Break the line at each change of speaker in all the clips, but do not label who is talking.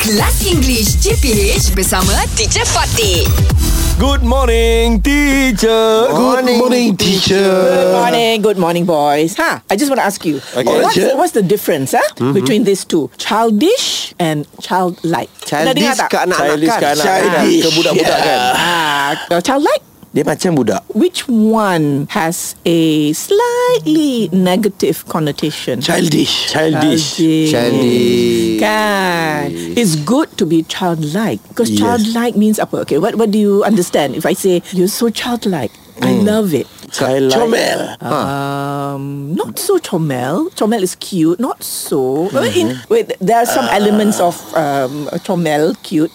Kelas English CPH bersama Teacher Fatih.
Good morning, teacher.
Morning,
Good
teacher.
morning, good morning, boys. Huh? I just want to ask you, what's,
Cik.
what's the difference huh,
Mm-hmm.
between these two, childish and childlike? Pernah dengar
Childish
tak?
ke anak-anak
Childish
kan?
ke anak-anak kan?
Childish.
Ke budak-budak kan?
Ah, uh, childlike.
Dia macam budak.
Which one has a slightly negative connotation?
Childish.
Childish.
Childish.
Kan? It's good to be childlike because
Yes.
childlike means apa? Okay, what what do you understand? If I say you're so childlike, I
Mm.
love it.
Childlike.
Comel.
Um, not so Chomel. Chomel is cute. Not so. I mean,
Mm-hmm.
wait, there are
Uh,
some elements of um, Chomel cute,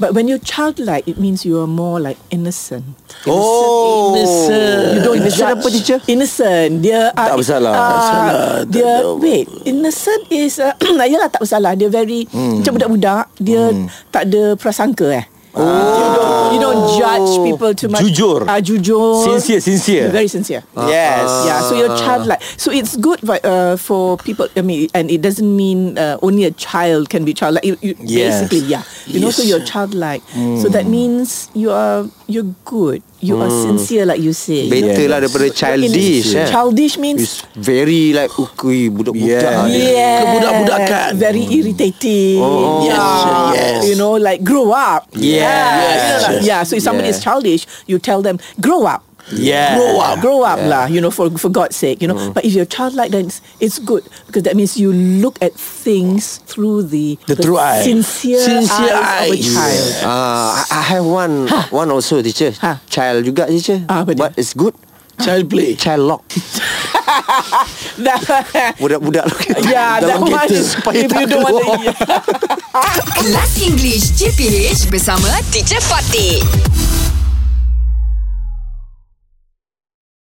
but when you're childlike, it means you are more like innocent.
Oh.
You don't
Innocent
judge.
apa, teacher?
Innocent. Dia uh,
Tak bersalah.
Uh,
Tak bersalah.
Dia
Tak ada-
wait. Innocent is uh, ayalah tak bersalah. Dia very
Hmm.
macam budak-budak. Dia tak ada prasangka eh. Oh. You don't, you don't judge people too much.
Jujur.
Ah, jujur.
Sincere, sincere.
You're very sincere.
Yes.
Yeah, so your
Uh-huh.
child like so it's good for, uh, for people. I mean, and it doesn't mean uh, only a child can be childlike. You, you
Yes.
basically, yeah, you know,
Yes.
so
Mm.
you're childlike. So that means you are you're good. You are sincere, like you say. you know?
Mm. Better lah daripada
So you're
childish,
innocent.
eh.
Childish means
It's very like Ukui budak-budak
Yeah.
ni.
yeah,
ah, Kebudak-budakan Mm.
very irritating.
Oh.
yeah.
Yes, yes.
You know, like grow up.
Yes.
yeah,
Yes.
yeah. So if somebody
Yeah.
is childish, you tell them grow up.
Yeah. Mm.
Grow up.
Grow up lah, you know, for for God's sake, you know. But if you're childlike, then it's, it's good because that means you look at things through the
The true eye.
sincere,
Sincere
eyes, of a
eyes.
child.
Ah, I I have one One also teacher
Ha.
Child juga teacher
Ah, apa dia?
But it's good Child play Child lock
That-
Budak-budak lock
yeah, that
Dalam
one.
kereta
is-
Supaya
If
tak
you don't want
keluar
to,
Kelas English CPH bersama Teacher Fatih.